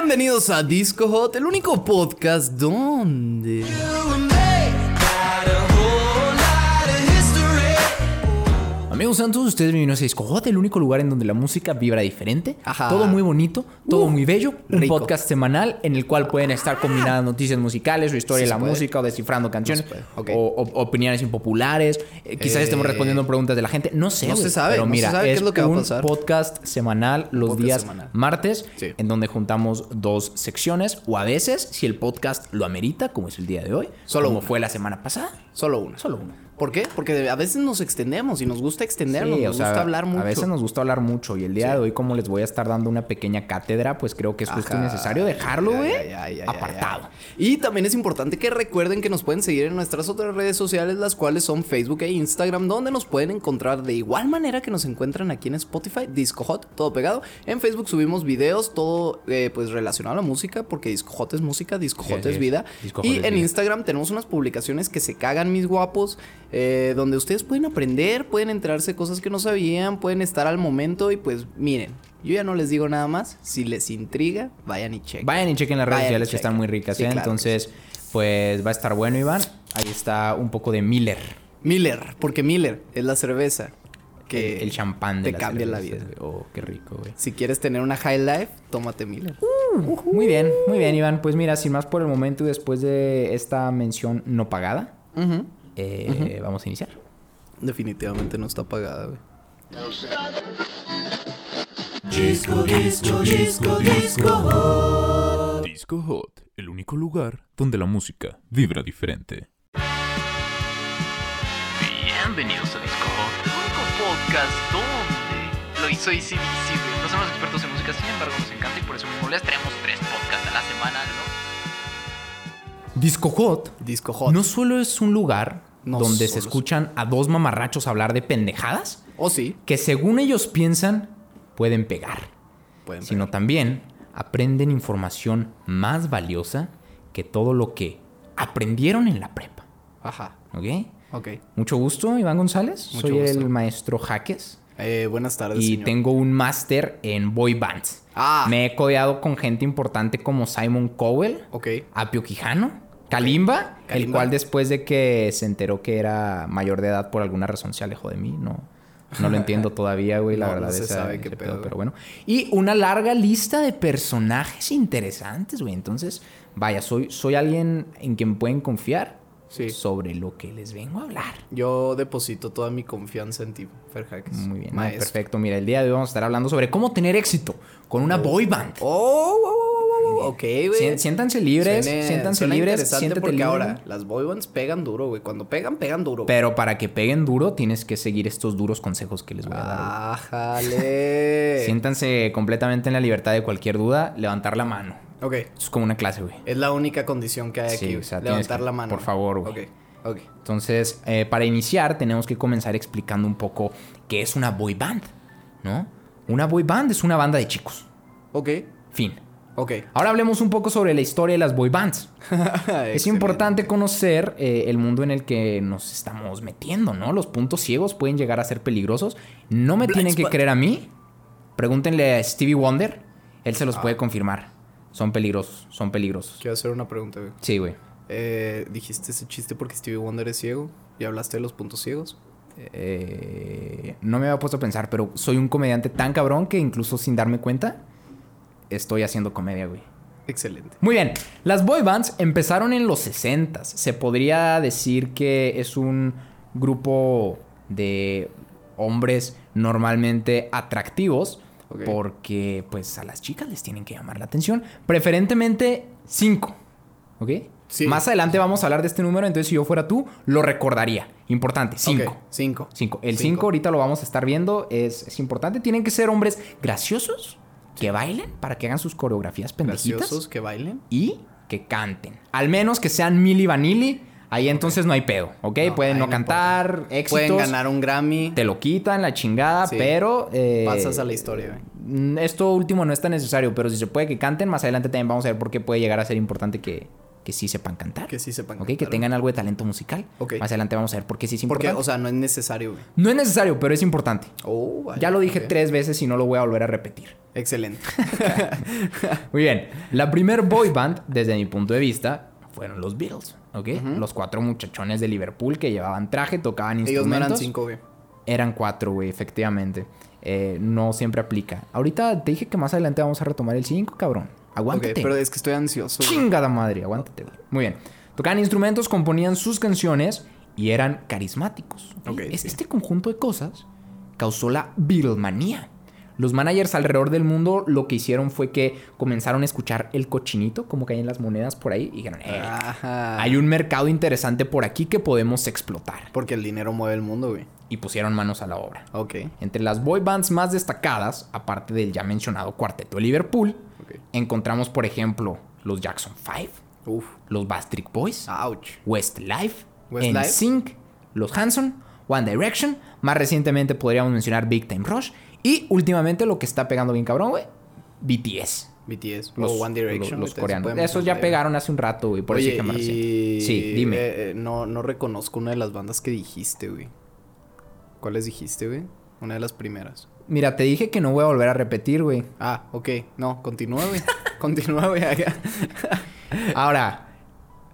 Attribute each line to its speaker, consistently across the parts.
Speaker 1: Bienvenidos a Disco Hot, el único podcast donde...
Speaker 2: Amigos, sean todos ustedes bienvenidos a Disco Hot, el único lugar en donde la música vibra diferente.
Speaker 1: Ajá.
Speaker 2: Todo muy bonito, todo muy bello. Un
Speaker 1: rico.
Speaker 2: podcast semanal en el cual pueden estar combinadas noticias musicales o historia
Speaker 1: Sí
Speaker 2: de
Speaker 1: se
Speaker 2: la
Speaker 1: puede.
Speaker 2: música o descifrando canciones
Speaker 1: No se puede. Ok.
Speaker 2: o, o- opiniones impopulares. Eh, quizás estemos
Speaker 1: Eh,
Speaker 2: respondiendo preguntas de la gente. No sé.
Speaker 1: no se
Speaker 2: güey,
Speaker 1: sabe,
Speaker 2: Pero
Speaker 1: no se
Speaker 2: mira,
Speaker 1: sabe qué
Speaker 2: es,
Speaker 1: es lo que va a
Speaker 2: un
Speaker 1: pasar.
Speaker 2: podcast semanal los
Speaker 1: Podcast
Speaker 2: días
Speaker 1: semanal.
Speaker 2: martes
Speaker 1: Sí.
Speaker 2: en donde juntamos dos secciones o a veces, si el podcast lo amerita, como es el día de hoy,
Speaker 1: Solo
Speaker 2: como
Speaker 1: una.
Speaker 2: fue la semana pasada,
Speaker 1: Solo uno.
Speaker 2: solo uno.
Speaker 1: ¿Por qué? Porque a veces nos extendemos y nos gusta extendernos,
Speaker 2: Sí,
Speaker 1: nos
Speaker 2: o sea,
Speaker 1: gusta hablar mucho.
Speaker 2: A veces nos gusta hablar mucho y el día de hoy, como les voy a estar dando una pequeña cátedra, pues creo que es justo y
Speaker 1: Ajá.
Speaker 2: necesario dejarlo,
Speaker 1: Ya,
Speaker 2: güey,
Speaker 1: ya, ya, ya, ya,
Speaker 2: apartado.
Speaker 1: ya. Y también es importante que recuerden que nos pueden seguir en nuestras otras redes sociales, las cuales son Facebook e Instagram, donde nos pueden encontrar de igual manera que nos encuentran aquí en Spotify, Disco Hot, todo pegado. En Facebook subimos videos, todo eh, pues relacionado a la música, porque Disco Hot es música, Disco Hot
Speaker 2: así
Speaker 1: es
Speaker 2: es.
Speaker 1: vida.
Speaker 2: Disco Hot
Speaker 1: y
Speaker 2: es
Speaker 1: en
Speaker 2: vida.
Speaker 1: Instagram tenemos unas publicaciones que se cagan mis guapos, eh, donde ustedes pueden aprender, pueden enterarse de cosas que no sabían, pueden estar al momento y pues miren. Yo ya no les digo nada más. Si les intriga, vayan y chequen.
Speaker 2: Vayan y chequen las redes
Speaker 1: Vayan y
Speaker 2: sociales que
Speaker 1: chequen.
Speaker 2: están muy ricas,
Speaker 1: Sí,
Speaker 2: ¿eh?
Speaker 1: claro que
Speaker 2: Entonces, pues va a estar bueno, Iván. Ahí está un poco de Miller.
Speaker 1: Miller, porque Miller es la cerveza que
Speaker 2: el, el champán
Speaker 1: te
Speaker 2: de las
Speaker 1: cambia la
Speaker 2: cervezas,
Speaker 1: vida.
Speaker 2: güey. Oh, qué rico, güey.
Speaker 1: Si quieres tener una high life, tómate Miller.
Speaker 2: Muy bien, muy bien, Iván. Pues mira, sin más por el momento y después de esta mención no pagada,
Speaker 1: Ujú.
Speaker 2: eh, vamos a iniciar.
Speaker 1: Definitivamente no está pagada, güey.
Speaker 3: Disco Hot, el único lugar donde la música vibra diferente.
Speaker 4: Bienvenidos a Disco Hot, el único podcast donde lo hizo Easy Dizzy, güey. No somos expertos en música, sin embargo nos encanta y por eso mismo les traemos tres podcasts a la semana, ¿no?
Speaker 2: Disco Hot
Speaker 1: Disco hot.
Speaker 2: No solo es un lugar
Speaker 1: No
Speaker 2: donde
Speaker 1: solo
Speaker 2: se
Speaker 1: es-
Speaker 2: escuchan a dos mamarrachos hablar de pendejadas
Speaker 1: O Oh, sí,
Speaker 2: que según ellos piensan pueden pegar,
Speaker 1: pueden ver.
Speaker 2: sino también aprenden información más valiosa que todo lo que aprendieron en la prepa.
Speaker 1: Ajá.
Speaker 2: ¿Ok?
Speaker 1: Ok.
Speaker 2: Mucho gusto, Iván González.
Speaker 1: Mucho
Speaker 2: Soy
Speaker 1: gusto.
Speaker 2: el maestro Jaques.
Speaker 1: Eh, buenas tardes.
Speaker 2: Y
Speaker 1: señor.
Speaker 2: tengo un máster en boy bands.
Speaker 1: Ah.
Speaker 2: Me he codeado con gente importante como Simon Cowell.
Speaker 1: Ok.
Speaker 2: Apio Quijano, Kalimba, el
Speaker 1: Kalimba.
Speaker 2: cual después de que se enteró que era mayor de edad por alguna razón se alejó de mí, no. No lo entiendo todavía, güey, la
Speaker 1: No, no
Speaker 2: verdad.
Speaker 1: se
Speaker 2: esa-
Speaker 1: sabe qué
Speaker 2: ese
Speaker 1: pedo,
Speaker 2: pero bueno. Y una larga lista de personajes interesantes, güey. Entonces, vaya, soy, soy alguien en quien pueden confiar
Speaker 1: Sí.
Speaker 2: sobre lo que les vengo a hablar.
Speaker 1: Yo deposito toda mi confianza en ti, Fer Jaques.
Speaker 2: Muy bien, ¿no?
Speaker 1: Maestro.
Speaker 2: perfecto. Mira, el día de hoy vamos a estar hablando sobre cómo tener éxito con una boy band.
Speaker 1: Oh, oh, oh, oh, oh, ok, güey.
Speaker 2: Sien- siéntanse libres,
Speaker 1: Suena-
Speaker 2: siéntanse
Speaker 1: suena
Speaker 2: libres,
Speaker 1: interesante
Speaker 2: siéntete
Speaker 1: porque
Speaker 2: libre.
Speaker 1: ahora las boybands pegan duro, güey. Cuando pegan, pegan duro. güey.
Speaker 2: Pero para que peguen duro, tienes que seguir estos duros consejos que les voy a dar.
Speaker 1: Ah,
Speaker 2: güey.
Speaker 1: Ájale.
Speaker 2: Siéntanse completamente en la libertad de cualquier duda, levantar la mano.
Speaker 1: ok.
Speaker 2: Esto es como una clase, güey.
Speaker 1: Es la única condición que hay
Speaker 2: Sí,
Speaker 1: aquí.
Speaker 2: o sea, tienes
Speaker 1: levantar
Speaker 2: que-
Speaker 1: la mano.
Speaker 2: por
Speaker 1: güey.
Speaker 2: favor, güey.
Speaker 1: Ok, ok.
Speaker 2: Entonces, eh, para iniciar, tenemos que comenzar explicando un poco qué es una boy band, ¿no? Una boy band es una banda de chicos.
Speaker 1: Ok,
Speaker 2: Fin.
Speaker 1: ok.
Speaker 2: Ahora hablemos un poco sobre la historia de las boy bands. Es
Speaker 1: Excelente.
Speaker 2: importante conocer eh, el mundo en el que nos estamos metiendo, ¿no? Los puntos ciegos pueden llegar a ser peligrosos. No me
Speaker 1: Blind
Speaker 2: tienen que
Speaker 1: spot.
Speaker 2: creer a mí. Pregúntenle a Stevie Wonder. Él
Speaker 1: Ah.
Speaker 2: se los puede confirmar. Son peligrosos, son peligrosos.
Speaker 1: Quiero hacer una pregunta, güey.
Speaker 2: Sí, güey.
Speaker 1: Eh, Dijiste ese chiste porque Stevie Wonder es ciego y hablaste de los puntos ciegos.
Speaker 2: Eh, no me había puesto a pensar, pero soy un comediante tan cabrón que incluso sin darme cuenta, estoy haciendo comedia, güey.
Speaker 1: Excelente.
Speaker 2: Muy bien, las boy bands empezaron en los 60s. Se podría decir que es un grupo de hombres normalmente atractivos
Speaker 1: Ok.
Speaker 2: porque pues a las chicas les tienen que llamar la atención, preferentemente cinco, ¿ok?
Speaker 1: Sí.
Speaker 2: Más adelante vamos a hablar de este número, entonces si yo fuera tú, lo recordaría. Importante, cinco.
Speaker 1: Ok, cinco.
Speaker 2: Cinco. El
Speaker 1: Cinco.
Speaker 2: 5 ahorita lo vamos a estar viendo. Es, es importante. Tienen que ser hombres graciosos, que bailen para que hagan sus coreografías pendejitas
Speaker 1: Graciosos que bailen.
Speaker 2: y que canten. Al menos que sean Milli Vanilli. Ahí entonces no hay pedo, ¿ok?
Speaker 1: No,
Speaker 2: Pueden
Speaker 1: ahí
Speaker 2: no
Speaker 1: no
Speaker 2: cantar, éxitos.
Speaker 1: Pueden ganar un Grammy.
Speaker 2: Te lo quitan la chingada,
Speaker 1: Sí.
Speaker 2: pero... eh,
Speaker 1: Pasas a la historia, güey.
Speaker 2: mm, Esto último no es tan necesario, pero si se puede que canten, más adelante también vamos a ver por qué puede llegar a ser importante que, que sí sepan cantar.
Speaker 1: Que sí sepan
Speaker 2: ¿ok? Que
Speaker 1: cantar,
Speaker 2: tengan algo de talento musical.
Speaker 1: Ok.
Speaker 2: Más adelante vamos a ver por qué sí es
Speaker 1: Porque,
Speaker 2: importante.
Speaker 1: o sea, no es necesario, güey.
Speaker 2: no es necesario, pero es importante.
Speaker 1: Oh, vaya,
Speaker 2: ya lo dije
Speaker 1: ok.
Speaker 2: tres veces y no lo voy a volver a repetir.
Speaker 1: Excelente.
Speaker 2: Muy bien. La primer boy band, desde mi punto de vista, fueron los Beatles, ¿ok? Los cuatro muchachones de Liverpool que llevaban traje, tocaban
Speaker 1: Ellos no
Speaker 2: instrumentos.
Speaker 1: eran cinco, güey.
Speaker 2: Eran cuatro, güey, efectivamente. Eh, no siempre aplica. Ahorita te dije que más adelante vamos a retomar el cinco, cabrón.
Speaker 1: Ok,
Speaker 2: Aguántate.
Speaker 1: pero es que estoy ansioso. güey.
Speaker 2: Chingada madre, aguántate, güey. Muy bien. Tocaban instrumentos, componían sus canciones y eran carismáticos. ¿ok?
Speaker 1: Ok,
Speaker 2: Es-
Speaker 1: sí.
Speaker 2: Este conjunto de cosas causó la Beatlemanía. Los managers alrededor del mundo lo que hicieron fue que comenzaron a escuchar el cochinito, como que hay en las monedas por ahí, y dijeron, "Eh,
Speaker 1: Ah. Ajá.
Speaker 2: hay un mercado interesante por aquí que podemos explotar.
Speaker 1: Porque el dinero mueve el mundo, güey.
Speaker 2: Y pusieron manos a la obra.
Speaker 1: Ok.
Speaker 2: Entre las boy bands más destacadas, aparte del ya mencionado Cuarteto de Liverpool,
Speaker 1: Ok.
Speaker 2: encontramos, por ejemplo, los Jackson 5,
Speaker 1: Uf.
Speaker 2: los Bastric Boys,
Speaker 1: Ouch.
Speaker 2: Westlife,
Speaker 1: Ah. Westlife.
Speaker 2: NSYNC, los Hanson, One Direction, más recientemente podríamos mencionar Big Time Rush y últimamente lo que está pegando bien cabrón, güey, BTS.
Speaker 1: BTS.
Speaker 2: Los,
Speaker 1: o One Direction.
Speaker 2: los, los
Speaker 1: güey,
Speaker 2: coreanos.
Speaker 1: también se
Speaker 2: Esos
Speaker 1: pueden
Speaker 2: ya
Speaker 1: meter,
Speaker 2: pegaron hace un rato, güey, por eso
Speaker 1: Oye,
Speaker 2: dije más
Speaker 1: y...
Speaker 2: reciente. Sí, dime.
Speaker 1: eh, eh, no, no reconozco una de las bandas que dijiste, güey. ¿Cuáles dijiste, güey? Una de las primeras.
Speaker 2: Mira, te dije que no voy a volver a repetir, güey.
Speaker 1: Ah, ok. No, continúa, güey. continúa, güey.
Speaker 2: Ahora,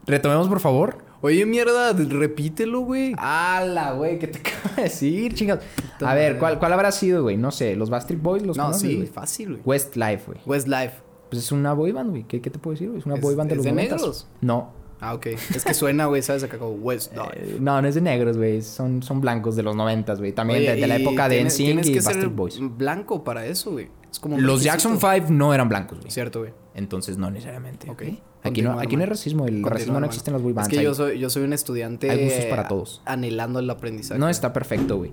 Speaker 2: retomemos por favor.
Speaker 1: Oye, mierda, repítelo, güey.
Speaker 2: ¡Hala, güey! ¿Qué te acabo de decir, chingados?
Speaker 1: Puta
Speaker 2: A ver,
Speaker 1: madre.
Speaker 2: ¿cuál, ¿cuál habrá sido, güey? No sé, ¿los Bastard Boys? ¿Los
Speaker 1: no,
Speaker 2: conoces,
Speaker 1: sí,
Speaker 2: güey?
Speaker 1: fácil, güey.
Speaker 2: Westlife, güey.
Speaker 1: Westlife.
Speaker 2: Pues es una boy band, güey. ¿Qué, qué te puedo decir? güey? Es una
Speaker 1: ¿Es-
Speaker 2: boy band de
Speaker 1: es
Speaker 2: los
Speaker 1: de
Speaker 2: 90s.
Speaker 1: negros?
Speaker 2: No.
Speaker 1: Ah, ok. Es que suena, güey, ¿sabes? Acá como Westlife.
Speaker 2: Eh, no, no es de negros, güey. Son, son blancos de los noventas, güey. También
Speaker 1: Oye,
Speaker 2: de, de la
Speaker 1: y
Speaker 2: época de
Speaker 1: tienes-
Speaker 2: NSYNC
Speaker 1: tienes
Speaker 2: y
Speaker 1: que ser
Speaker 2: Bastard Boys.
Speaker 1: blanco para eso, güey. Es como un
Speaker 2: Los
Speaker 1: requisito.
Speaker 2: Jackson 5 no eran blancos, güey.
Speaker 1: Cierto, güey.
Speaker 2: Entonces no necesariamente.
Speaker 1: Ok.
Speaker 2: ¿ok? Aquí,
Speaker 1: Continúa,
Speaker 2: no, aquí no hay
Speaker 1: hermano.
Speaker 2: racismo. El
Speaker 1: Continúa,
Speaker 2: racismo no
Speaker 1: hermano.
Speaker 2: existe en las boy bands.
Speaker 1: Es que yo
Speaker 2: Hay-
Speaker 1: soy, yo soy un estudiante.
Speaker 2: Hay gustos para
Speaker 1: eh,
Speaker 2: todos.
Speaker 1: Anhelando el aprendizaje.
Speaker 2: No está perfecto, güey.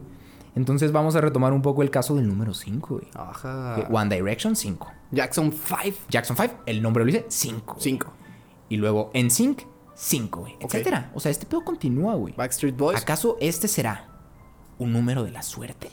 Speaker 2: Entonces vamos a retomar un poco el caso del número 5, güey.
Speaker 1: Ajá.
Speaker 2: Que One Direction 5.
Speaker 1: Jackson 5.
Speaker 2: Jackson 5, el nombre lo dice 5.
Speaker 1: 5.
Speaker 2: Y luego en Sync 5, güey.
Speaker 1: Ok.
Speaker 2: Etcétera. O sea, este pedo continúa, güey.
Speaker 1: Backstreet Boys.
Speaker 2: ¿Acaso este será un número de la suerte?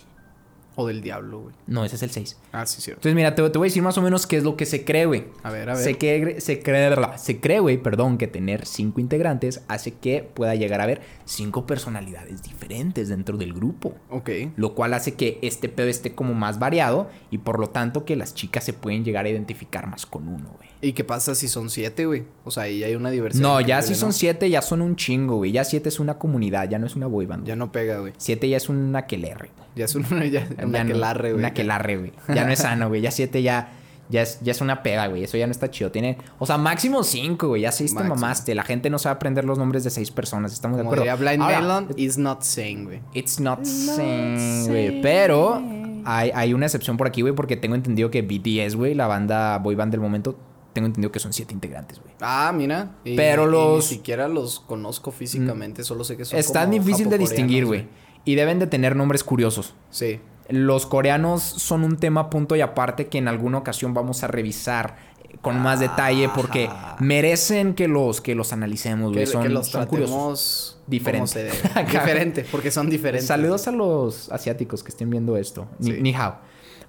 Speaker 1: O del diablo, güey.
Speaker 2: No, ese es el 6.
Speaker 1: Ah, sí, cierto.
Speaker 2: Entonces, mira, te, te voy a decir más o menos qué es lo que se cree, güey.
Speaker 1: A ver, a ver.
Speaker 2: Se cree, se cree, se cree, güey, perdón, que tener cinco integrantes hace que pueda llegar a haber cinco personalidades diferentes dentro del grupo.
Speaker 1: Ok.
Speaker 2: Lo cual hace que este pedo esté como más variado y por lo tanto que las chicas se pueden llegar a identificar más con uno, güey.
Speaker 1: ¿Y qué pasa si son 7, güey? O sea, ahí hay una diversidad.
Speaker 2: No,
Speaker 1: increíble,
Speaker 2: ya si son siete, ya son un chingo, güey. Ya siete es una comunidad, ya no es una boy band.
Speaker 1: Ya no pega, güey.
Speaker 2: Siete ya es un aquelerre, güey.
Speaker 1: Ya es un, ya,
Speaker 2: Ya
Speaker 1: un
Speaker 2: no-
Speaker 1: aquelarre, güey.
Speaker 2: Un aquelarre, güey. Ya no es sano, güey. Ya siete ya, ya, es, ya es una peda, güey. Eso ya no está chido. Tiene, o sea, máximo cinco, güey. Ya seis
Speaker 1: Máximo.
Speaker 2: te mamaste. La gente no sabe aprender los nombres de seis personas. Estamos de
Speaker 1: Como
Speaker 2: acuerdo.
Speaker 1: diría Blind
Speaker 2: Ahora,
Speaker 1: Melon, is not saying, güey.
Speaker 2: It's not, sane, güey. Pero hay, hay una excepción por aquí, güey, porque tengo entendido que BTS, güey, la banda boy band del momento, tengo entendido que son siete integrantes, güey.
Speaker 1: Ah, mira. Y-
Speaker 2: Pero
Speaker 1: y
Speaker 2: los-
Speaker 1: ni siquiera los conozco físicamente, solo sé que son.
Speaker 2: Está
Speaker 1: como
Speaker 2: difícil de
Speaker 1: japocoreanos,
Speaker 2: distinguir, güey. Y deben de tener nombres curiosos.
Speaker 1: Sí.
Speaker 2: Los coreanos son un tema punto y aparte que en alguna ocasión vamos a revisar eh, con más detalle porque merecen que los que los analicemos,
Speaker 1: Que,
Speaker 2: güey. Son,
Speaker 1: que los
Speaker 2: son curiosos.
Speaker 1: tratemos.
Speaker 2: Diferente.
Speaker 1: como se debe. diferente, porque son diferentes.
Speaker 2: Saludos a los asiáticos que estén viendo esto. Ni,
Speaker 1: Sí.
Speaker 2: ni hao.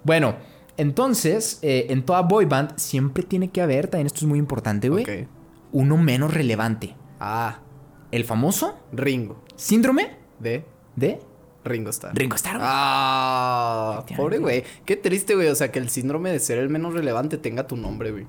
Speaker 2: Bueno, entonces, eh, en toda boy band siempre tiene que haber, también esto es muy importante, güey,
Speaker 1: Ok.
Speaker 2: uno menos relevante.
Speaker 1: Ah,
Speaker 2: El famoso
Speaker 1: Ringo.
Speaker 2: síndrome
Speaker 1: De
Speaker 2: de
Speaker 1: Ringo Starr.
Speaker 2: Ringo Starr. güey.
Speaker 1: Ah,
Speaker 2: Efectivamente.
Speaker 1: pobre güey. Qué triste, güey. O sea, que el síndrome de ser el menos relevante tenga tu nombre, güey.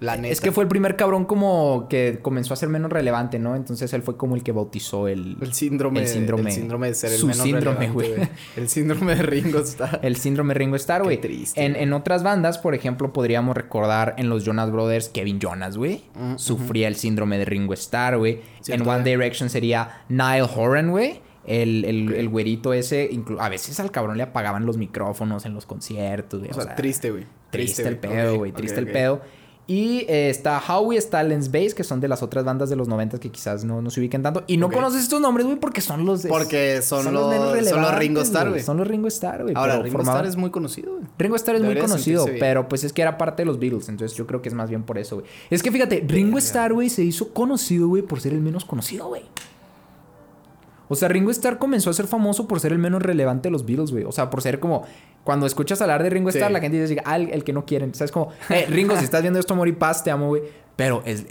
Speaker 1: La neta.
Speaker 2: Es que fue el primer cabrón como que comenzó a ser menos relevante, ¿no? Entonces él fue como el que bautizó el...
Speaker 1: El síndrome,
Speaker 2: el síndrome-
Speaker 1: el síndrome de ser el
Speaker 2: su
Speaker 1: menos
Speaker 2: síndrome,
Speaker 1: relevante,
Speaker 2: güey.
Speaker 1: El síndrome de Ringo Starr.
Speaker 2: el síndrome Ringo Starr, güey.
Speaker 1: triste,
Speaker 2: En,
Speaker 1: güey.
Speaker 2: en otras bandas, por ejemplo, podríamos recordar en los Jonas Brothers, Kevin Jonas, güey.
Speaker 1: Mm,
Speaker 2: Sufría el síndrome de Ringo Starr, güey. En
Speaker 1: Cierto,
Speaker 2: One
Speaker 1: eh.
Speaker 2: Direction sería Nile Horan, güey. El, el, el güerito ese, inclu- a veces al cabrón le apagaban los micrófonos en los conciertos, güey.
Speaker 1: O sea, triste, güey.
Speaker 2: Triste, el
Speaker 1: güey.
Speaker 2: pedo,
Speaker 1: Ok,
Speaker 2: güey.
Speaker 1: ok,
Speaker 2: triste
Speaker 1: ok.
Speaker 2: el pedo. Y eh, está Howie, está Lens Bass, que son de las otras bandas de los 90 que quizás no, no se ubiquen tanto. Y no
Speaker 1: Ok.
Speaker 2: conoces estos nombres, güey, porque son los. es-
Speaker 1: Porque son los-
Speaker 2: menos
Speaker 1: son los
Speaker 2: relevantes,
Speaker 1: Ringo Starr, güey.
Speaker 2: Son los Ringo Starr, güey.
Speaker 1: Ahora,
Speaker 2: pero
Speaker 1: Ringo
Speaker 2: formaban-
Speaker 1: Starr es muy conocido, güey.
Speaker 2: Ringo Starr es muy
Speaker 1: Debería
Speaker 2: conocido,
Speaker 1: sentirse bien.
Speaker 2: pero pues es que era parte de los Beatles, entonces yo creo que es más bien por eso, güey. Es que fíjate, Ringo
Speaker 1: Verga.
Speaker 2: Starr, güey, se hizo conocido, güey, por ser el menos conocido, güey. O sea, Ringo Starr comenzó a ser famoso por ser el menos relevante de los Beatles, güey. O sea, por ser como... Cuando escuchas hablar de Ringo
Speaker 1: Sí.
Speaker 2: Starr, la gente dice, ah, el, el que no quieren. O sea, es como, eh, Ringo, si estás viendo esto, amor y paz, te amo, güey. Pero es,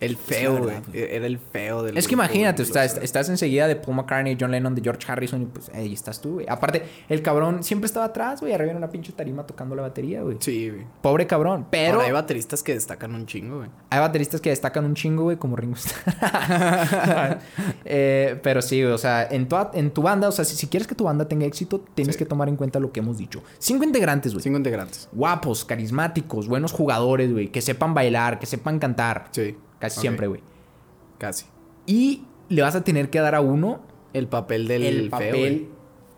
Speaker 1: El feo,
Speaker 2: la
Speaker 1: güey.
Speaker 2: verdad,
Speaker 1: Era el feo del.
Speaker 2: Es que
Speaker 1: grupo,
Speaker 2: imagínate,
Speaker 1: güey,
Speaker 2: estás, estás enseguida de Paul McCartney, John Lennon, de George Harrison y pues ahí estás tú, güey. Aparte, el cabrón siempre estaba atrás, güey, arriba en una pinche tarima tocando la batería, güey.
Speaker 1: Sí, güey.
Speaker 2: Pobre cabrón, pero Pues
Speaker 1: Ahora hay bateristas que destacan un chingo, güey.
Speaker 2: hay bateristas que destacan un chingo, güey, como Ringo Starr. Eh, pero sí, güey, o sea, en tu, en tu banda, o sea, si, si quieres que tu banda tenga éxito, tienes
Speaker 1: Sí.
Speaker 2: que tomar en cuenta lo que hemos dicho. Cinco integrantes, güey.
Speaker 1: Cinco integrantes.
Speaker 2: Guapos, carismáticos, buenos jugadores, güey, que sepan bailar, que sepan cantar.
Speaker 1: Sí.
Speaker 2: Casi
Speaker 1: Ok,
Speaker 2: siempre, güey.
Speaker 1: Casi.
Speaker 2: Y le vas a tener que dar a uno
Speaker 1: El papel del
Speaker 2: el,
Speaker 1: feo.
Speaker 2: papel
Speaker 1: güey.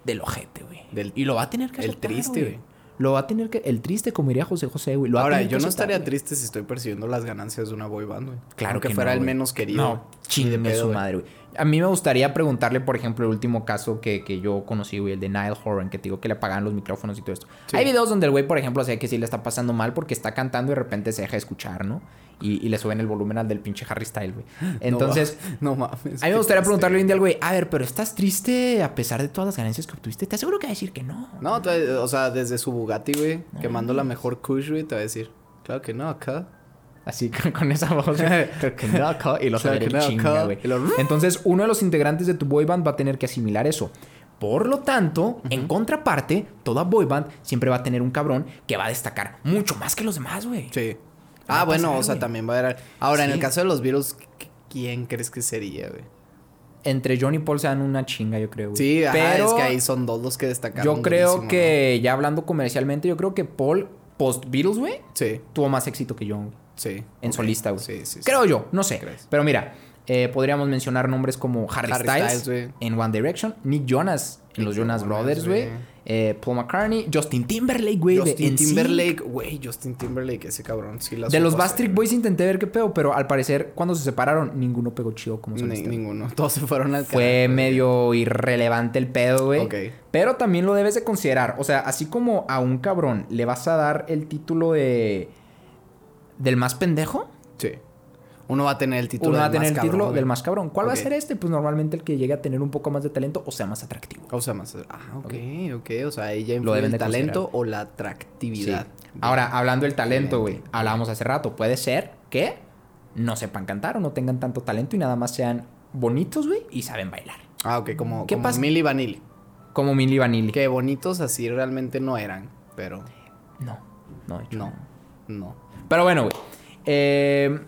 Speaker 2: del ojete, güey.
Speaker 1: Del-
Speaker 2: Y lo va a tener que
Speaker 1: el
Speaker 2: aceptar,
Speaker 1: triste, güey.
Speaker 2: Lo va a tener que... El triste, como diría José José, güey. lo va a
Speaker 1: Ahora,
Speaker 2: tener que
Speaker 1: yo no
Speaker 2: aceptar,
Speaker 1: estaría
Speaker 2: güey.
Speaker 1: triste si estoy persiguiendo las ganancias de una boy band, güey.
Speaker 2: Claro
Speaker 1: Aunque
Speaker 2: que
Speaker 1: fuera
Speaker 2: no,
Speaker 1: el
Speaker 2: güey.
Speaker 1: menos querido. güey.
Speaker 2: No,
Speaker 1: Ni de
Speaker 2: chingue
Speaker 1: pedo,
Speaker 2: su
Speaker 1: güey.
Speaker 2: madre, güey. A mí me gustaría preguntarle, por ejemplo, el último caso que, que yo conocí, güey, el de Niall Horan, que te digo que le apagaban los micrófonos y todo esto.
Speaker 1: Sí.
Speaker 2: Hay videos donde el güey, por ejemplo, sé que sí le está pasando mal porque está cantando y de repente se deja escuchar, ¿no? Y, y le suben el volumen al del pinche Harry Style, güey. Entonces,
Speaker 1: No, ma- no mames.
Speaker 2: a
Speaker 1: qué
Speaker 2: mí me gustaría
Speaker 1: triste,
Speaker 2: preguntarle
Speaker 1: güey.
Speaker 2: un día al güey, a ver, pero ¿estás triste a pesar de todas las ganancias que obtuviste? Te aseguro que va a decir que no.
Speaker 1: No, te- o sea, desde su Bugatti, güey, quemando la mejor Kush, güey, te va a decir, claro que no, acá.
Speaker 2: Así con, con esa voz. Creo que no, co- y
Speaker 1: Creo
Speaker 2: lo sabe
Speaker 1: que
Speaker 2: el
Speaker 1: no,
Speaker 2: chinga,
Speaker 1: co-
Speaker 2: güey.
Speaker 1: y lo-
Speaker 2: Entonces, uno de los integrantes de tu boy band va a tener que asimilar eso. Por lo tanto, en contraparte, toda boy band siempre va a tener un cabrón que va a destacar mucho más que los demás, güey.
Speaker 1: Sí.
Speaker 2: Va
Speaker 1: Ah,
Speaker 2: a
Speaker 1: bueno,
Speaker 2: pasar,
Speaker 1: o sea,
Speaker 2: güey.
Speaker 1: también va a haber. Ahora, en
Speaker 2: Sí.
Speaker 1: el caso de los virus, ¿qu- ¿quién crees que sería, güey?
Speaker 2: Entre John y Paul se dan una chinga, yo creo. güey.
Speaker 1: Sí, ajá,
Speaker 2: Pero
Speaker 1: es que ahí son dos los que destacaron.
Speaker 2: Yo creo
Speaker 1: durísimo,
Speaker 2: que, ya hablando comercialmente, yo creo que Paul, post Beatles, güey,
Speaker 1: ¿no? Sí,
Speaker 2: tuvo más éxito que John. güey.
Speaker 1: sí.
Speaker 2: En
Speaker 1: Ok.
Speaker 2: solista, güey.
Speaker 1: Sí, sí, sí.
Speaker 2: Creo yo, no sé.
Speaker 1: ¿Crees?
Speaker 2: Pero mira, eh, podríamos mencionar nombres como Harry,
Speaker 1: Harry
Speaker 2: Styles,
Speaker 1: Styles, güey.
Speaker 2: en One Direction, Nick Jonas en
Speaker 1: Nick
Speaker 2: los Jonas,
Speaker 1: Jonas,
Speaker 2: Brothers, güey.
Speaker 1: güey.
Speaker 2: eh, Paul McCartney, Justin Timberlake, güey. de
Speaker 1: Justin
Speaker 2: NSYNC.
Speaker 1: Timberlake, güey, Justin Timberlake, ese cabrón, sí la
Speaker 2: De
Speaker 1: supo
Speaker 2: los
Speaker 1: hacer,
Speaker 2: Bastric
Speaker 1: güey.
Speaker 2: Boys intenté ver qué pedo, pero al parecer cuando se separaron, ninguno pegó chido como
Speaker 1: Ni-
Speaker 2: solista.
Speaker 1: ninguno, todos se fueron al
Speaker 2: Fue
Speaker 1: carajo, güey.
Speaker 2: medio irrelevante el pedo, güey.
Speaker 1: Ok.
Speaker 2: Pero también lo debes de considerar. O sea, así como a un cabrón le vas a dar el título de... Del más pendejo.
Speaker 1: Sí. Uno va a tener el título
Speaker 2: Uno va a
Speaker 1: del
Speaker 2: tener el
Speaker 1: más
Speaker 2: título
Speaker 1: cabrón,
Speaker 2: del
Speaker 1: güey.
Speaker 2: más cabrón. ¿Cuál va a
Speaker 1: Ok.
Speaker 2: ser este? Pues normalmente el que llegue a tener un poco más de talento o sea más atractivo.
Speaker 1: O sea, más. Ah, ok, ok. O sea, ella
Speaker 2: Lo
Speaker 1: influye
Speaker 2: deben de
Speaker 1: el talento o la atractividad.
Speaker 2: Sí. Ahora, hablando del talento, güey, hablábamos hace rato. Puede ser que no sepan cantar o no tengan tanto talento y nada más sean bonitos, güey, y saben bailar.
Speaker 1: Ah, ok, como,
Speaker 2: ¿Qué
Speaker 1: como
Speaker 2: pasa?
Speaker 1: Milli Vanilli.
Speaker 2: Como Milli Vanilli.
Speaker 1: Que bonitos así realmente no eran, pero
Speaker 2: No, no, de hecho,
Speaker 1: no, no.
Speaker 2: Pero bueno, güey. eh,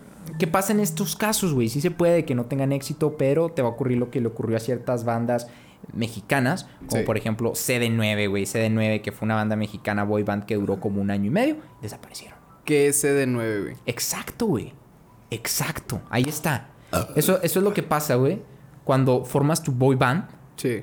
Speaker 2: ¿Qué pasa en estos casos, güey? Sí se puede que no tengan éxito, pero te va a ocurrir lo que le ocurrió a ciertas bandas mexicanas, como
Speaker 1: Sí.
Speaker 2: por ejemplo CD9, güey. CD9, que fue una banda mexicana boy band que duró como un año y medio, desaparecieron.
Speaker 1: ¿Qué es CD9, güey?
Speaker 2: Exacto, güey. Exacto. Ahí está.
Speaker 1: Ah.
Speaker 2: Eso, eso es lo que pasa, güey. Cuando formas tu boy band
Speaker 1: Sí.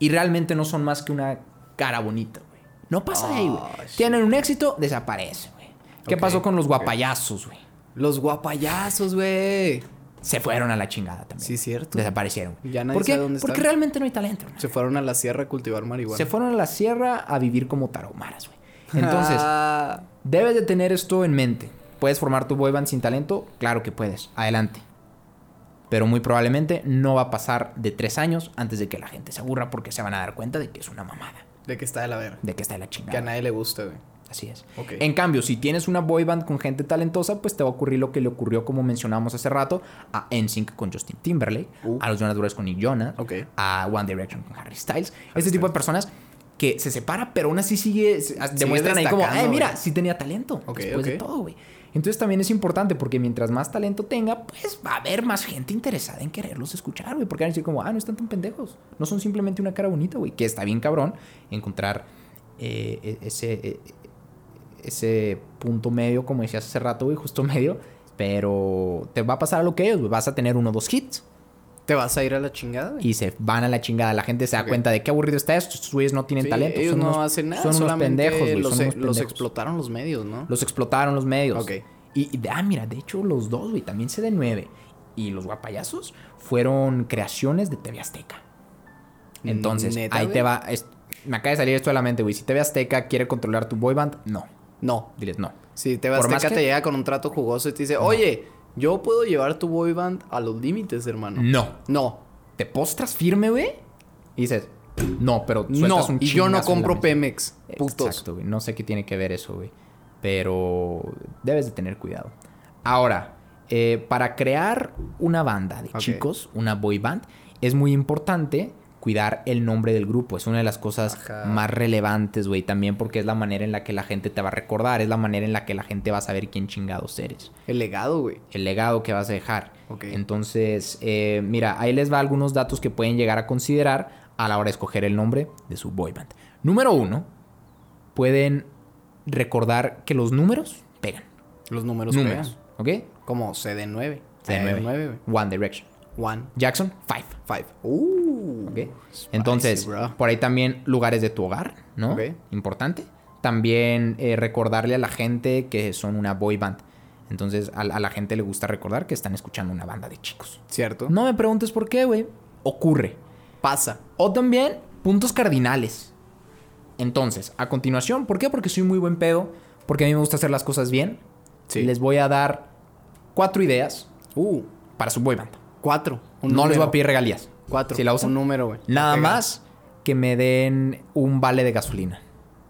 Speaker 2: y realmente no son más que una cara bonita, güey. No pasa de ahí, güey.
Speaker 1: Ah, sí.
Speaker 2: Tienen un éxito, desaparece, güey. ¿Qué
Speaker 1: Ok,
Speaker 2: pasó con los
Speaker 1: ok.
Speaker 2: guapayazos, güey?
Speaker 1: Los guapayazos, güey.
Speaker 2: se fueron a la chingada también.
Speaker 1: Sí, cierto.
Speaker 2: Desaparecieron.
Speaker 1: Ya nadie
Speaker 2: ¿Por qué?
Speaker 1: sabe dónde
Speaker 2: Porque
Speaker 1: están.
Speaker 2: realmente no hay talento. hermano.
Speaker 1: Se fueron a la sierra a cultivar marihuana.
Speaker 2: Se fueron a la sierra a vivir como taromaras, güey. Entonces,
Speaker 1: Ah,
Speaker 2: debes de tener esto en mente. ¿Puedes formar tu boyband sin talento? Claro que puedes. Adelante. Pero muy probablemente no va a pasar de tres años antes de que la gente se aburra porque se van a dar cuenta de que es una mamada.
Speaker 1: de que está de la verga.
Speaker 2: De que está de la
Speaker 1: Que a
Speaker 2: chingada.
Speaker 1: nadie le gusta, güey.
Speaker 2: Así es.
Speaker 1: Ok.
Speaker 2: En cambio, si tienes una boyband con gente talentosa, pues te va a ocurrir lo que le ocurrió, como mencionábamos hace rato, a NSYNC con Justin Timberlake,
Speaker 1: Uh.
Speaker 2: a los Jonas Brothers con Nick Jonas,
Speaker 1: Ok.
Speaker 2: a One Direction con Harry Styles. este tipo de personas que se separa, pero aún así sigue, se- demuestran ahí como,
Speaker 1: destacando,
Speaker 2: eh, mira,
Speaker 1: güey".
Speaker 2: sí tenía talento.
Speaker 1: Ok,
Speaker 2: después de
Speaker 1: ok.
Speaker 2: todo, güey. Entonces también es importante porque mientras más talento tenga, pues va a haber más gente interesada en quererlos escuchar, güey. Porque van a decir como, ah, no están tan pendejos. No son simplemente una cara bonita, güey. Que está bien cabrón encontrar eh, e- ese, e- ese punto medio, como decías hace rato, güey, justo medio. Pero te va a pasar a lo que ellos, güey. Vas a tener uno o dos hits
Speaker 1: ¿Te vas a ir a la chingada, güey?
Speaker 2: y se van a la chingada. La gente se da
Speaker 1: Ok.
Speaker 2: cuenta de qué aburrido está esto. Estos güeyes no tienen
Speaker 1: Sí,
Speaker 2: talento.
Speaker 1: Ellos
Speaker 2: son
Speaker 1: no
Speaker 2: unos-
Speaker 1: hacen nada.
Speaker 2: Son unos
Speaker 1: solamente
Speaker 2: pendejos, güey.
Speaker 1: Los, e-,
Speaker 2: son
Speaker 1: los
Speaker 2: unos pendejos.
Speaker 1: explotaron los medios, ¿no?
Speaker 2: Los explotaron los medios.
Speaker 1: Ok.
Speaker 2: Y, y- ah, mira, de hecho, los dos, güey, también CD9 y los guapayazos fueron creaciones de TV Azteca. Entonces,
Speaker 1: ¿Neta,
Speaker 2: ahí
Speaker 1: güey?
Speaker 2: te va. es- me acaba de salir esto de la mente, güey. Si TV Azteca quiere controlar tu boyband, no.
Speaker 1: No.
Speaker 2: Diles, no.
Speaker 1: Si te
Speaker 2: Por
Speaker 1: vas
Speaker 2: más
Speaker 1: acá,
Speaker 2: que-
Speaker 1: te llega con un trato jugoso y te dice, oye, yo puedo llevar tu boy band a los límites, hermano.
Speaker 2: No.
Speaker 1: No.
Speaker 2: Te postras firme, güey. Y dices, no, pero
Speaker 1: No.
Speaker 2: sueltas un
Speaker 1: Y yo no
Speaker 2: chingazo en la
Speaker 1: compro
Speaker 2: mesa.
Speaker 1: Pemex. Putos.
Speaker 2: Exacto, güey. No sé qué tiene que ver eso, güey. Pero debes de tener cuidado. Ahora, eh, para crear una banda de
Speaker 1: Ok.
Speaker 2: chicos, una boy band, es muy importante cuidar el nombre del grupo. Es una de las cosas
Speaker 1: Ajá.
Speaker 2: más relevantes, güey, también porque es la manera en la que la gente te va a recordar, es la manera en la que la gente va a saber quién chingados eres
Speaker 1: El legado, güey.
Speaker 2: el legado que vas a dejar.
Speaker 1: Ok.
Speaker 2: Entonces, eh, mira, ahí les va algunos datos que pueden llegar a considerar a la hora de escoger el nombre de su boyband. Número uno, pueden recordar que los números pegan.
Speaker 1: Los números.
Speaker 2: números,
Speaker 1: pegan.
Speaker 2: ¿ok?
Speaker 1: Como CD9.
Speaker 2: C9.
Speaker 1: güey.
Speaker 2: One Direction.
Speaker 1: One,
Speaker 2: Jackson, Five.
Speaker 1: five. Uh.
Speaker 2: ¿ok? Entonces,
Speaker 1: bro.
Speaker 2: por ahí también lugares de tu hogar, ¿no?
Speaker 1: Ok.
Speaker 2: Importante. También eh, recordarle a la gente que son una boyband. Entonces, a- a la gente le gusta recordar que están escuchando una banda de chicos.
Speaker 1: Cierto.
Speaker 2: No me preguntes por qué, güey. Ocurre.
Speaker 1: Pasa.
Speaker 2: O también puntos cardinales. Entonces, a continuación, ¿por qué? Porque soy muy buen pedo, porque a mí me gusta hacer las cosas bien.
Speaker 1: Sí.
Speaker 2: Les voy a dar cuatro ideas
Speaker 1: Uh.
Speaker 2: para su boy band.
Speaker 1: Cuatro.
Speaker 2: No
Speaker 1: un
Speaker 2: les
Speaker 1: número.
Speaker 2: voy a pedir regalías.
Speaker 1: Cuatro.
Speaker 2: Si la usan.
Speaker 1: Un número, güey.
Speaker 2: Nada
Speaker 1: Pega.
Speaker 2: más que me den un vale de gasolina.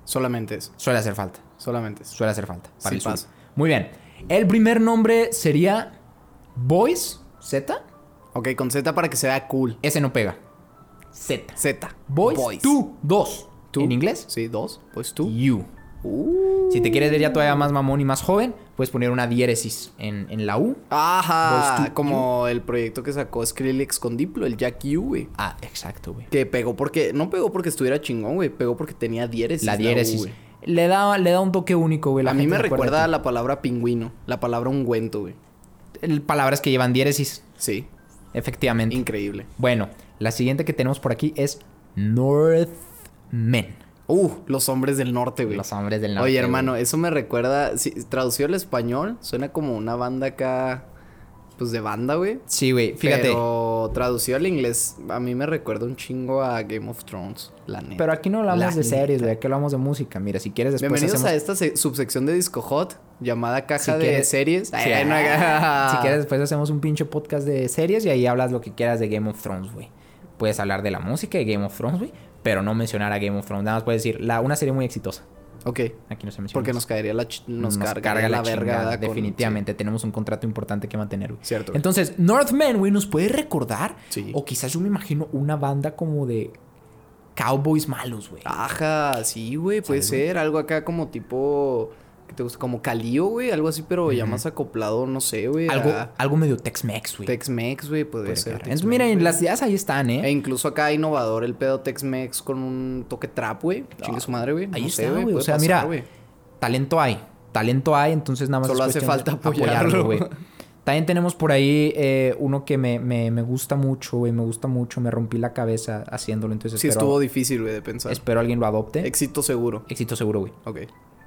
Speaker 1: Solamente eso.
Speaker 2: Suele hacer falta.
Speaker 1: Solamente eso.
Speaker 2: Suele hacer falta. para
Speaker 1: Sí
Speaker 2: el sur.
Speaker 1: pasa.
Speaker 2: Muy bien. El primer nombre sería Boys Z.
Speaker 1: Ok, con Z para que se vea cool.
Speaker 2: Ese no pega. Z.
Speaker 1: Z.
Speaker 2: Boys, tú, dos.
Speaker 1: Tú.
Speaker 2: ¿En inglés?
Speaker 1: Sí, dos. Pues tú. Uh.
Speaker 2: You. Si te quieres ver ya todavía más mamón y más joven, puedes poner una diéresis en, en la U. Dos,
Speaker 1: Ajá.
Speaker 2: tú,
Speaker 1: como el proyecto que sacó Skrillex con Diplo, el Jack U, güey.
Speaker 2: Ah, exacto, güey.
Speaker 1: Que pegó porque. No pegó porque estuviera chingón, güey. Pegó porque tenía diéresis.
Speaker 2: La
Speaker 1: U,
Speaker 2: diéresis.
Speaker 1: güey.
Speaker 2: Le da, le da un toque único, güey. la
Speaker 1: a mí
Speaker 2: gente
Speaker 1: me recuerda a
Speaker 2: ti.
Speaker 1: la palabra pingüino, la palabra ungüento, güey.
Speaker 2: El- palabras que llevan diéresis,
Speaker 1: Sí,
Speaker 2: efectivamente.
Speaker 1: increíble.
Speaker 2: bueno, la siguiente que tenemos por aquí es Northmen.
Speaker 1: Uh, los hombres del norte, güey.
Speaker 2: Los hombres del norte.
Speaker 1: Oye,
Speaker 2: güey.
Speaker 1: hermano, eh, eso me recuerda, si, traducido al español, suena como una banda acá, pues de banda, güey.
Speaker 2: Sí, güey. Fíjate. Pero,
Speaker 1: Pero traducido al inglés, a mí me recuerda un chingo a Game of Thrones, la neta.
Speaker 2: aquí no hablamos
Speaker 1: La
Speaker 2: de series, güey. Aquí hablamos de música. Mira, si quieres después
Speaker 1: Bienvenidos
Speaker 2: hacemos...
Speaker 1: a esta se- subsección de Disco Hot, llamada Caja
Speaker 2: Si
Speaker 1: de
Speaker 2: quieres-
Speaker 1: Series.
Speaker 2: Sí,
Speaker 1: Ay, no,
Speaker 2: ah,
Speaker 1: acá.
Speaker 2: Si quieres, después hacemos un pinche podcast de series y ahí hablas lo que quieras de Game of Thrones, güey. Puedes hablar de la música de Game of Thrones, güey, pero no mencionar a Game of Thrones. Nada más puedes decir la, una serie muy exitosa.
Speaker 1: Ok,
Speaker 2: Aquí no se menciona.
Speaker 1: porque nos caería la... ch- Nos, cargaría
Speaker 2: carga
Speaker 1: la, verga.
Speaker 2: chingada,
Speaker 1: con-
Speaker 2: definitivamente, tenemos un contrato importante que mantener, güey.
Speaker 1: Cierto, güey.
Speaker 2: Entonces, Northman, güey, nos puede recordar.
Speaker 1: Sí.
Speaker 2: O quizás yo me imagino una banda como de cowboys malos, güey.
Speaker 1: Ah, Ajá, sí, güey, puede ser. Algo acá como tipo. que te gusta? Como Calío, güey. Algo así, pero ya más acoplado, no sé, güey.
Speaker 2: algo,
Speaker 1: a
Speaker 2: algo medio Tex-Mex, güey.
Speaker 1: Tex-Mex, güey, podría
Speaker 2: Puede
Speaker 1: ser.
Speaker 2: ser.
Speaker 1: Tex-Mex,
Speaker 2: Entonces, miren,
Speaker 1: güey.
Speaker 2: las ideas ahí están, ¿eh?
Speaker 1: E incluso acá innovador el pedo Tex-Mex con un toque trap, güey. Chingue su madre, güey.
Speaker 2: Ah, Ahí
Speaker 1: No sé,
Speaker 2: está, güey. O
Speaker 1: puede
Speaker 2: sea,
Speaker 1: pasar,
Speaker 2: mira,
Speaker 1: güey.
Speaker 2: talento hay. Talento hay, entonces nada más
Speaker 1: Solo hace
Speaker 2: cuestión
Speaker 1: falta
Speaker 2: de
Speaker 1: apoyarlo.
Speaker 2: También tenemos por ahí eh, uno que me, me- me gusta mucho, güey. Me gusta mucho. Me rompí la cabeza haciéndolo. Entonces
Speaker 1: Sí,
Speaker 2: espero,
Speaker 1: estuvo difícil, güey, de pensar.
Speaker 2: espero alguien lo adopte.
Speaker 1: Éxito seguro.
Speaker 2: Éxito seguro, güey.
Speaker 1: Ok.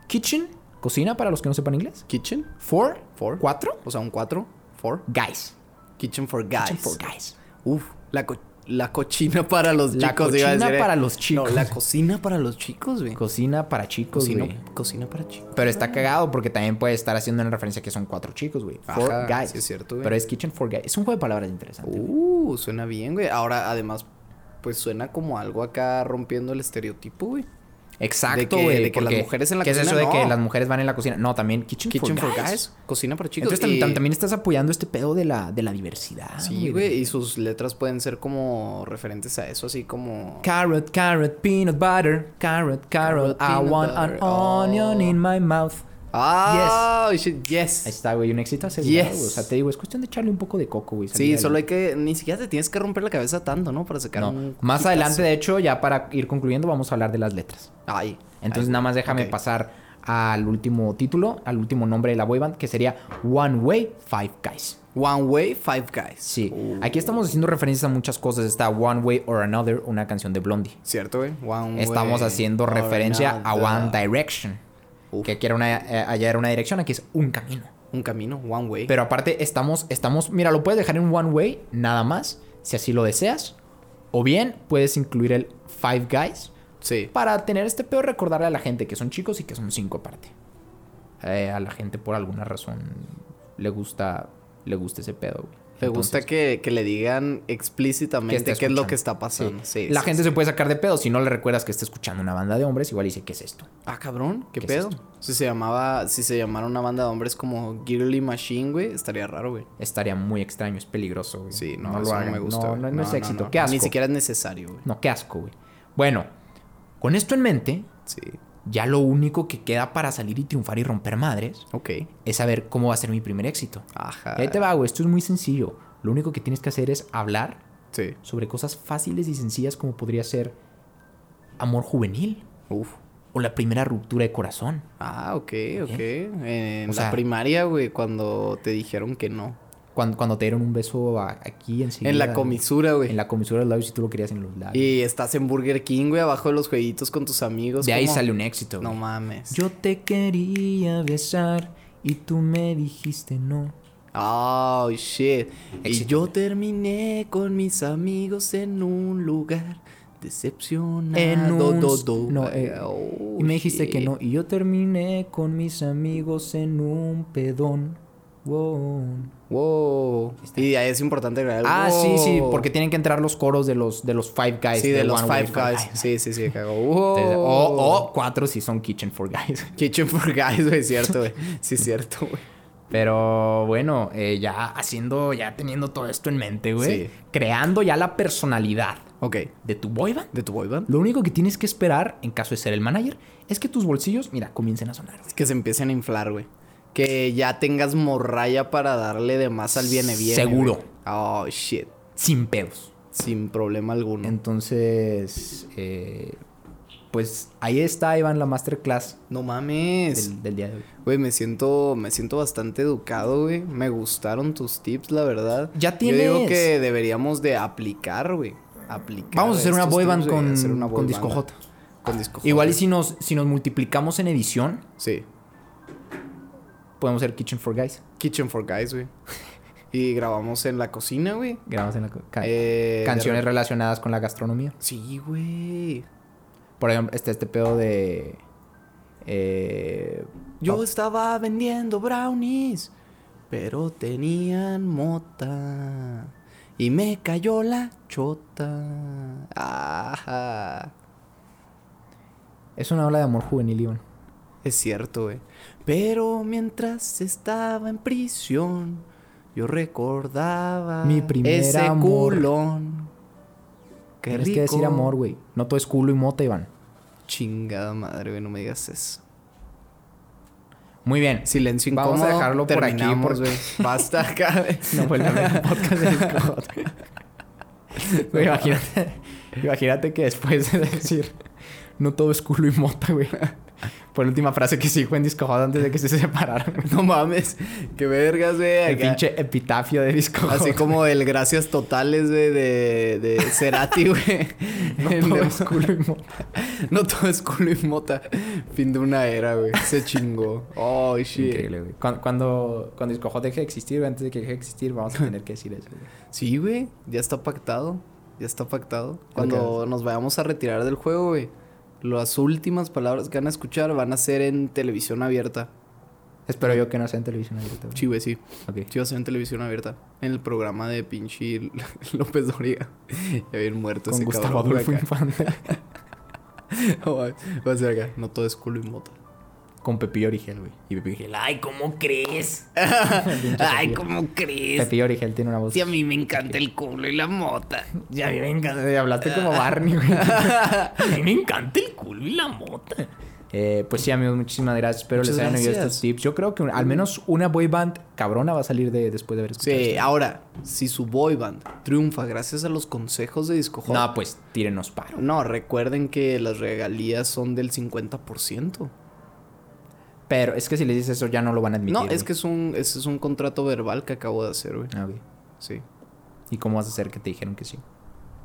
Speaker 2: Kitchen, cocina para los que no sepan inglés.
Speaker 1: Kitchen,
Speaker 2: Four,
Speaker 1: Four.
Speaker 2: cuatro,
Speaker 1: o sea, un 4, 4.
Speaker 2: guys.
Speaker 1: Kitchen for
Speaker 2: Kitchen
Speaker 1: guys.
Speaker 2: for guys.
Speaker 1: Uf, la, co- la cochina para los
Speaker 2: La
Speaker 1: chicos, iba a
Speaker 2: cochina
Speaker 1: decir, eh.
Speaker 2: para los chicos.
Speaker 1: No, la cocina para los chicos, güey.
Speaker 2: Cocina para chicos,
Speaker 1: Cocina,
Speaker 2: güey.
Speaker 1: cocina para chicos.
Speaker 2: Pero está cagado porque también puede estar haciendo una referencia que son cuatro chicos, güey. Four
Speaker 1: Ajá,
Speaker 2: guys.
Speaker 1: sí es cierto, güey.
Speaker 2: Pero es kitchen for guys. Es un juego de palabras interesante. güey.
Speaker 1: Uh, suena bien, güey. Ahora, además, pues suena como algo acá rompiendo el estereotipo, güey.
Speaker 2: Exacto,
Speaker 1: De que-
Speaker 2: güey.
Speaker 1: de que las
Speaker 2: porque-
Speaker 1: mujeres en la
Speaker 2: ¿qué es
Speaker 1: cocina?
Speaker 2: eso de que
Speaker 1: No.
Speaker 2: las mujeres van en la cocina? No, también Kitchen,
Speaker 1: Kitchen
Speaker 2: for, Guys.
Speaker 1: Cocina para chicos.
Speaker 2: Entonces tam-
Speaker 1: y-
Speaker 2: tam- también estás apoyando este pedo de la, de la diversidad.
Speaker 1: Sí, güey. Y sus letras pueden ser como referentes a eso, así como.
Speaker 2: Carrot, carrot, peanut butter. Carrot,
Speaker 1: Carrot,
Speaker 2: carrot, I
Speaker 1: peanut
Speaker 2: want
Speaker 1: butter.
Speaker 2: an onion
Speaker 1: Oh.
Speaker 2: in my mouth.
Speaker 1: ¡Ah! shit,
Speaker 2: Ahí
Speaker 1: Yes.
Speaker 2: está, güey, un éxito asegurado.
Speaker 1: Yes.
Speaker 2: güey. O sea, te digo, es cuestión de echarle un poco de coco, güey.
Speaker 1: Sí, solo hay que. Ni siquiera te tienes que romper la cabeza tanto, ¿no? Para sacar un.
Speaker 2: Más
Speaker 1: hitazo.
Speaker 2: adelante, de hecho, ya para ir concluyendo, vamos a hablar de las letras.
Speaker 1: Ay.
Speaker 2: Entonces,
Speaker 1: ay,
Speaker 2: nada más déjame
Speaker 1: ok.
Speaker 2: pasar al último título, al último nombre de la boyband, que sería One Way Five Guys.
Speaker 1: One Way, Five Guys. Uh,
Speaker 2: Sí, aquí estamos haciendo referencias a muchas cosas. Está One Way or Another, una canción de Blondie.
Speaker 1: ¿Cierto, güey? One
Speaker 2: Estamos
Speaker 1: way
Speaker 2: haciendo
Speaker 1: or
Speaker 2: referencia a One
Speaker 1: another.
Speaker 2: Direction.
Speaker 1: Uf.
Speaker 2: Que aquí era una, eh, allá era una dirección, aquí es un camino.
Speaker 1: Un camino, One Way.
Speaker 2: Pero aparte estamos, estamos, mira, lo puedes dejar en One Way, nada más, si así lo deseas. O bien puedes incluir el Five Guys
Speaker 1: sí.
Speaker 2: para tener este peor recordarle a la gente que son chicos y que son cinco aparte. Eh, a la gente por alguna razón le gusta, le gusta ese pedo, güey.
Speaker 1: Te gusta
Speaker 2: Entonces,
Speaker 1: que, que le digan
Speaker 2: que
Speaker 1: explícitamente
Speaker 2: está
Speaker 1: qué es lo
Speaker 2: escuchando.
Speaker 1: que está pasando. Sí,
Speaker 2: la
Speaker 1: sí,
Speaker 2: gente
Speaker 1: sí.
Speaker 2: se puede sacar de pedo si no le recuerdas que está escuchando una banda de hombres, igual dice, ¿qué es esto?
Speaker 1: Ah, cabrón, qué,
Speaker 2: ¿Qué es
Speaker 1: pedo.
Speaker 2: esto?
Speaker 1: si se llamaba, si se llamara una banda de hombres como Girly Machine, güey, estaría raro, güey.
Speaker 2: Estaría muy extraño, es peligroso, güey.
Speaker 1: Sí, no, eso no me gusta.
Speaker 2: No,
Speaker 1: güey.
Speaker 2: no, no es éxito, qué asco.
Speaker 1: Ni siquiera es necesario, güey.
Speaker 2: No, qué asco, güey. Bueno, con esto en mente,
Speaker 1: Sí.
Speaker 2: ya lo único que queda para salir y triunfar y romper madres
Speaker 1: Ok.
Speaker 2: es saber cómo va a ser mi primer éxito.
Speaker 1: Ajá.
Speaker 2: Y ahí te va, güey, esto es muy sencillo. Lo único que tienes que hacer es hablar
Speaker 1: Sí.
Speaker 2: sobre cosas fáciles y sencillas como podría ser amor juvenil
Speaker 1: Uf.
Speaker 2: o la primera ruptura de corazón.
Speaker 1: Ah, ok, ok. En
Speaker 2: O
Speaker 1: la
Speaker 2: sea-
Speaker 1: primaria, güey, cuando te dijeron que no.
Speaker 2: Cuando, cuando te dieron un beso a- aquí enseguida.
Speaker 1: en la
Speaker 2: güey.
Speaker 1: comisura, güey.
Speaker 2: En la comisura de los labios y tú lo querías en los labios.
Speaker 1: Y estás en Burger King, güey, abajo de los jueguitos con tus amigos.
Speaker 2: de ahí
Speaker 1: como-
Speaker 2: sale un éxito.
Speaker 1: No
Speaker 2: güey.
Speaker 1: mames.
Speaker 2: Yo te quería besar y tú me dijiste no.
Speaker 1: Oh, shit. Y
Speaker 2: Éxito,
Speaker 1: yo terminé con mis amigos en un lugar decepcionado.
Speaker 2: En un-
Speaker 1: do, do,
Speaker 2: no,
Speaker 1: ay,
Speaker 2: eh,
Speaker 1: oh,
Speaker 2: y me dijiste que
Speaker 1: shit.
Speaker 2: no. Y yo terminé con mis amigos en un pedón. Wow.
Speaker 1: Wow. Y ahí es importante grabar. el
Speaker 2: Ah, sí, sí,
Speaker 1: wow.
Speaker 2: porque tienen que entrar los coros de los, de los Five Guys.
Speaker 1: Oh. Sí, de los
Speaker 2: One Way
Speaker 1: Five
Speaker 2: for
Speaker 1: Guys. Oh.
Speaker 2: Life.
Speaker 1: Sí, sí, sí. Cago.
Speaker 2: Entonces, oh,
Speaker 1: Wow.
Speaker 2: O, o cuatro si son Kitchen for Guys.
Speaker 1: Kitchen for Guys, güey, cierto, güey. Sí, cierto, güey.
Speaker 2: Pero bueno, eh, ya haciendo, ya teniendo todo esto en mente, güey.
Speaker 1: Sí.
Speaker 2: Creando ya la personalidad
Speaker 1: Ok.
Speaker 2: de tu boyband.
Speaker 1: ¿De tu boyband?
Speaker 2: Lo único que tienes que esperar, en caso de ser el manager, es que tus bolsillos, mira, comiencen a sonar. güey.
Speaker 1: Que se empiecen a inflar, güey. Que ya tengas morralla para darle de más al viene bien.
Speaker 2: Seguro.
Speaker 1: Oh, shit.
Speaker 2: Sin pedos.
Speaker 1: Sin problema alguno.
Speaker 2: Entonces, eh, pues ahí está, Iván, la masterclass
Speaker 1: No mames.
Speaker 2: del, del día de hoy.
Speaker 1: Güey, me siento, me siento bastante educado, güey. Me gustaron tus tips, la verdad.
Speaker 2: Ya
Speaker 1: Yo digo
Speaker 2: tienes.
Speaker 1: que deberíamos de aplicar, güey. Aplicar.
Speaker 2: Vamos a hacer una
Speaker 1: estos
Speaker 2: boy
Speaker 1: tips,
Speaker 2: band
Speaker 1: güey,
Speaker 2: con,
Speaker 1: hacer una boy
Speaker 2: con
Speaker 1: band.
Speaker 2: Disco J.
Speaker 1: Con disco J.
Speaker 2: Igual y si nos, si nos multiplicamos en edición,
Speaker 1: Sí.
Speaker 2: podemos ser Kitchen for Guys.
Speaker 1: Kitchen for Guys, güey. y grabamos en la cocina, güey.
Speaker 2: Grabamos en la ca-
Speaker 1: Eh,
Speaker 2: canciones
Speaker 1: de-
Speaker 2: relacionadas con la gastronomía.
Speaker 1: Sí, güey.
Speaker 2: Por ejemplo, este, este pedo de... eh,
Speaker 1: Yo
Speaker 2: pa-
Speaker 1: estaba vendiendo brownies, pero tenían mota. Y me cayó la chota. Ajá.
Speaker 2: es una ola de amor juvenil, Iván.
Speaker 1: Es cierto, güey. Pero mientras estaba en prisión, yo recordaba
Speaker 2: Mi primer
Speaker 1: ese
Speaker 2: amor.
Speaker 1: culón. Qué
Speaker 2: Tienes
Speaker 1: rico.
Speaker 2: que decir amor, güey. No todo es culo y mota, Iván.
Speaker 1: Chingada madre, güey, no me digas eso.
Speaker 2: Muy bien.
Speaker 1: Silencio incómodo.
Speaker 2: Vamos a dejarlo por aquí
Speaker 1: terminamos,
Speaker 2: porque-
Speaker 1: güey. Basta acá.
Speaker 2: No fue el primer podcast de Discord. Güey, imagínate, imagínate que después de decir no todo es culo y mota, güey. Fue la última frase que se dijo en Disco Hot antes de que se separaran. güey.
Speaker 1: No mames. Qué vergas, güey.
Speaker 2: El
Speaker 1: acá.
Speaker 2: pinche epitafio de Disco Hot,
Speaker 1: Así
Speaker 2: güey.
Speaker 1: como el gracias totales, güey, de, de Cerati, güey.
Speaker 2: no
Speaker 1: El
Speaker 2: todo
Speaker 1: de-
Speaker 2: es culo y mota.
Speaker 1: no todo es culo y mota. Fin de una era, güey. Se chingó. Oh, shit.
Speaker 2: Increíble, güey. Cuando, cuando, cuando Disco Hot deje de existir, güey, antes de que deje de existir, vamos a tener que decir eso. güey.
Speaker 1: Sí, güey. Ya está pactado. Ya está pactado.
Speaker 2: Creo
Speaker 1: Cuando nos vayamos a retirar del juego, güey. Las últimas palabras que van a escuchar van a ser en televisión abierta.
Speaker 2: Espero yo que no sea en televisión abierta. güey.
Speaker 1: Sí, güey, sí.
Speaker 2: Ok.
Speaker 1: Sí, va a ser en televisión abierta. En el programa de pinche López Doriga. Ya bien muerto
Speaker 2: Con
Speaker 1: ese
Speaker 2: Gustavo
Speaker 1: cabrón, güey,
Speaker 2: Adolfo
Speaker 1: acá.
Speaker 2: Infante.
Speaker 1: Va a ser acá. No todo es culo y mota.
Speaker 2: Con Pepillo Origel, güey. Y Pepillo Origel.
Speaker 4: Ay, ¿cómo crees?
Speaker 2: Ay,
Speaker 4: ¿Cómo crees?
Speaker 2: Pepillo Origel tiene una voz.
Speaker 4: Si a mí me encanta el culo y la mota.
Speaker 2: Ya me encanta. Hablaste como Barney, güey.
Speaker 4: A mí me encanta el culo y la mota.
Speaker 2: Eh, pues sí, amigos, muchísimas gracias. Espero
Speaker 1: Muchas
Speaker 2: les hayan oído
Speaker 1: gracias.
Speaker 2: estos tips. Yo creo que un- al menos una boy band cabrona va a salir de, después de haber escuchado.
Speaker 1: Sí, ahora, si su boy band triunfa gracias a los consejos de Disco
Speaker 2: esto.
Speaker 1: Joven,
Speaker 2: No, pues tírenos paro.
Speaker 1: No, recuerden que las regalías son del 50%.
Speaker 2: Pero es que si les dices eso ya no lo van a admitir.
Speaker 1: No,
Speaker 2: güey.
Speaker 1: es que es un, ese es un contrato verbal que acabo de hacer, güey.
Speaker 2: Ah, güey.
Speaker 1: Sí.
Speaker 2: ¿Y cómo vas a hacer que te dijeron que sí?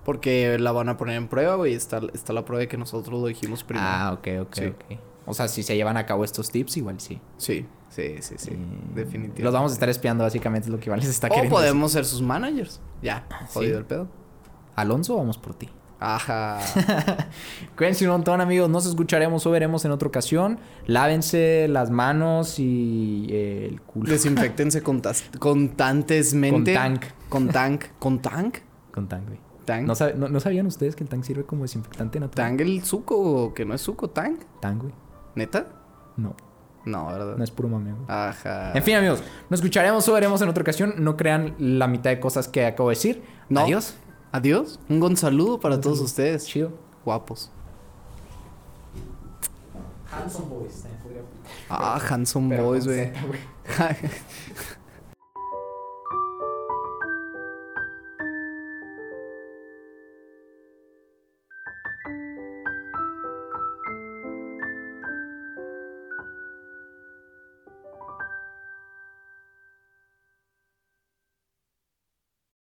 Speaker 1: Porque la van a poner en prueba, güey. Está, está la prueba de que nosotros lo dijimos primero.
Speaker 2: Ah, ok, ok,
Speaker 1: Sí.
Speaker 2: ok. O sea, si se llevan a cabo estos tips, igual sí.
Speaker 1: Sí, sí, sí, sí.
Speaker 2: Mm,
Speaker 1: Definitivamente.
Speaker 2: Los vamos a estar espiando, básicamente, es lo que Iván les está
Speaker 1: O
Speaker 2: queriendo. decir.
Speaker 1: podemos ser sus managers. Ya, jodido el pedo.
Speaker 2: Alonso, vamos por ti.
Speaker 1: Ajá.
Speaker 2: Cuídense un montón, amigos. Nos escucharemos o veremos en otra ocasión. Lávense las manos y eh, el culo.
Speaker 1: Desinfectense constantemente.
Speaker 2: Con tank.
Speaker 1: Con tank. ¿Con tank?
Speaker 2: Con Tang, güey.
Speaker 1: ¿Tang?
Speaker 2: ¿No, sab- no, no sabían ustedes que el Tang sirve como desinfectante natural?
Speaker 1: ¿Tang el suco? ¿Que no es suco? ¿Tang?
Speaker 2: Tang, güey.
Speaker 1: ¿Neta?
Speaker 2: No,
Speaker 1: No, ¿verdad?
Speaker 2: no es puro mame, güey.
Speaker 1: Ajá.
Speaker 2: En fin, amigos. Nos escucharemos o veremos en otra ocasión. No crean la mitad de cosas que acabo de decir.
Speaker 1: No.
Speaker 2: Adiós.
Speaker 1: Adiós. Un gonzaludo para todos ustedes.
Speaker 2: Chido.
Speaker 1: Guapos. Ah, Handsome Boys, güey.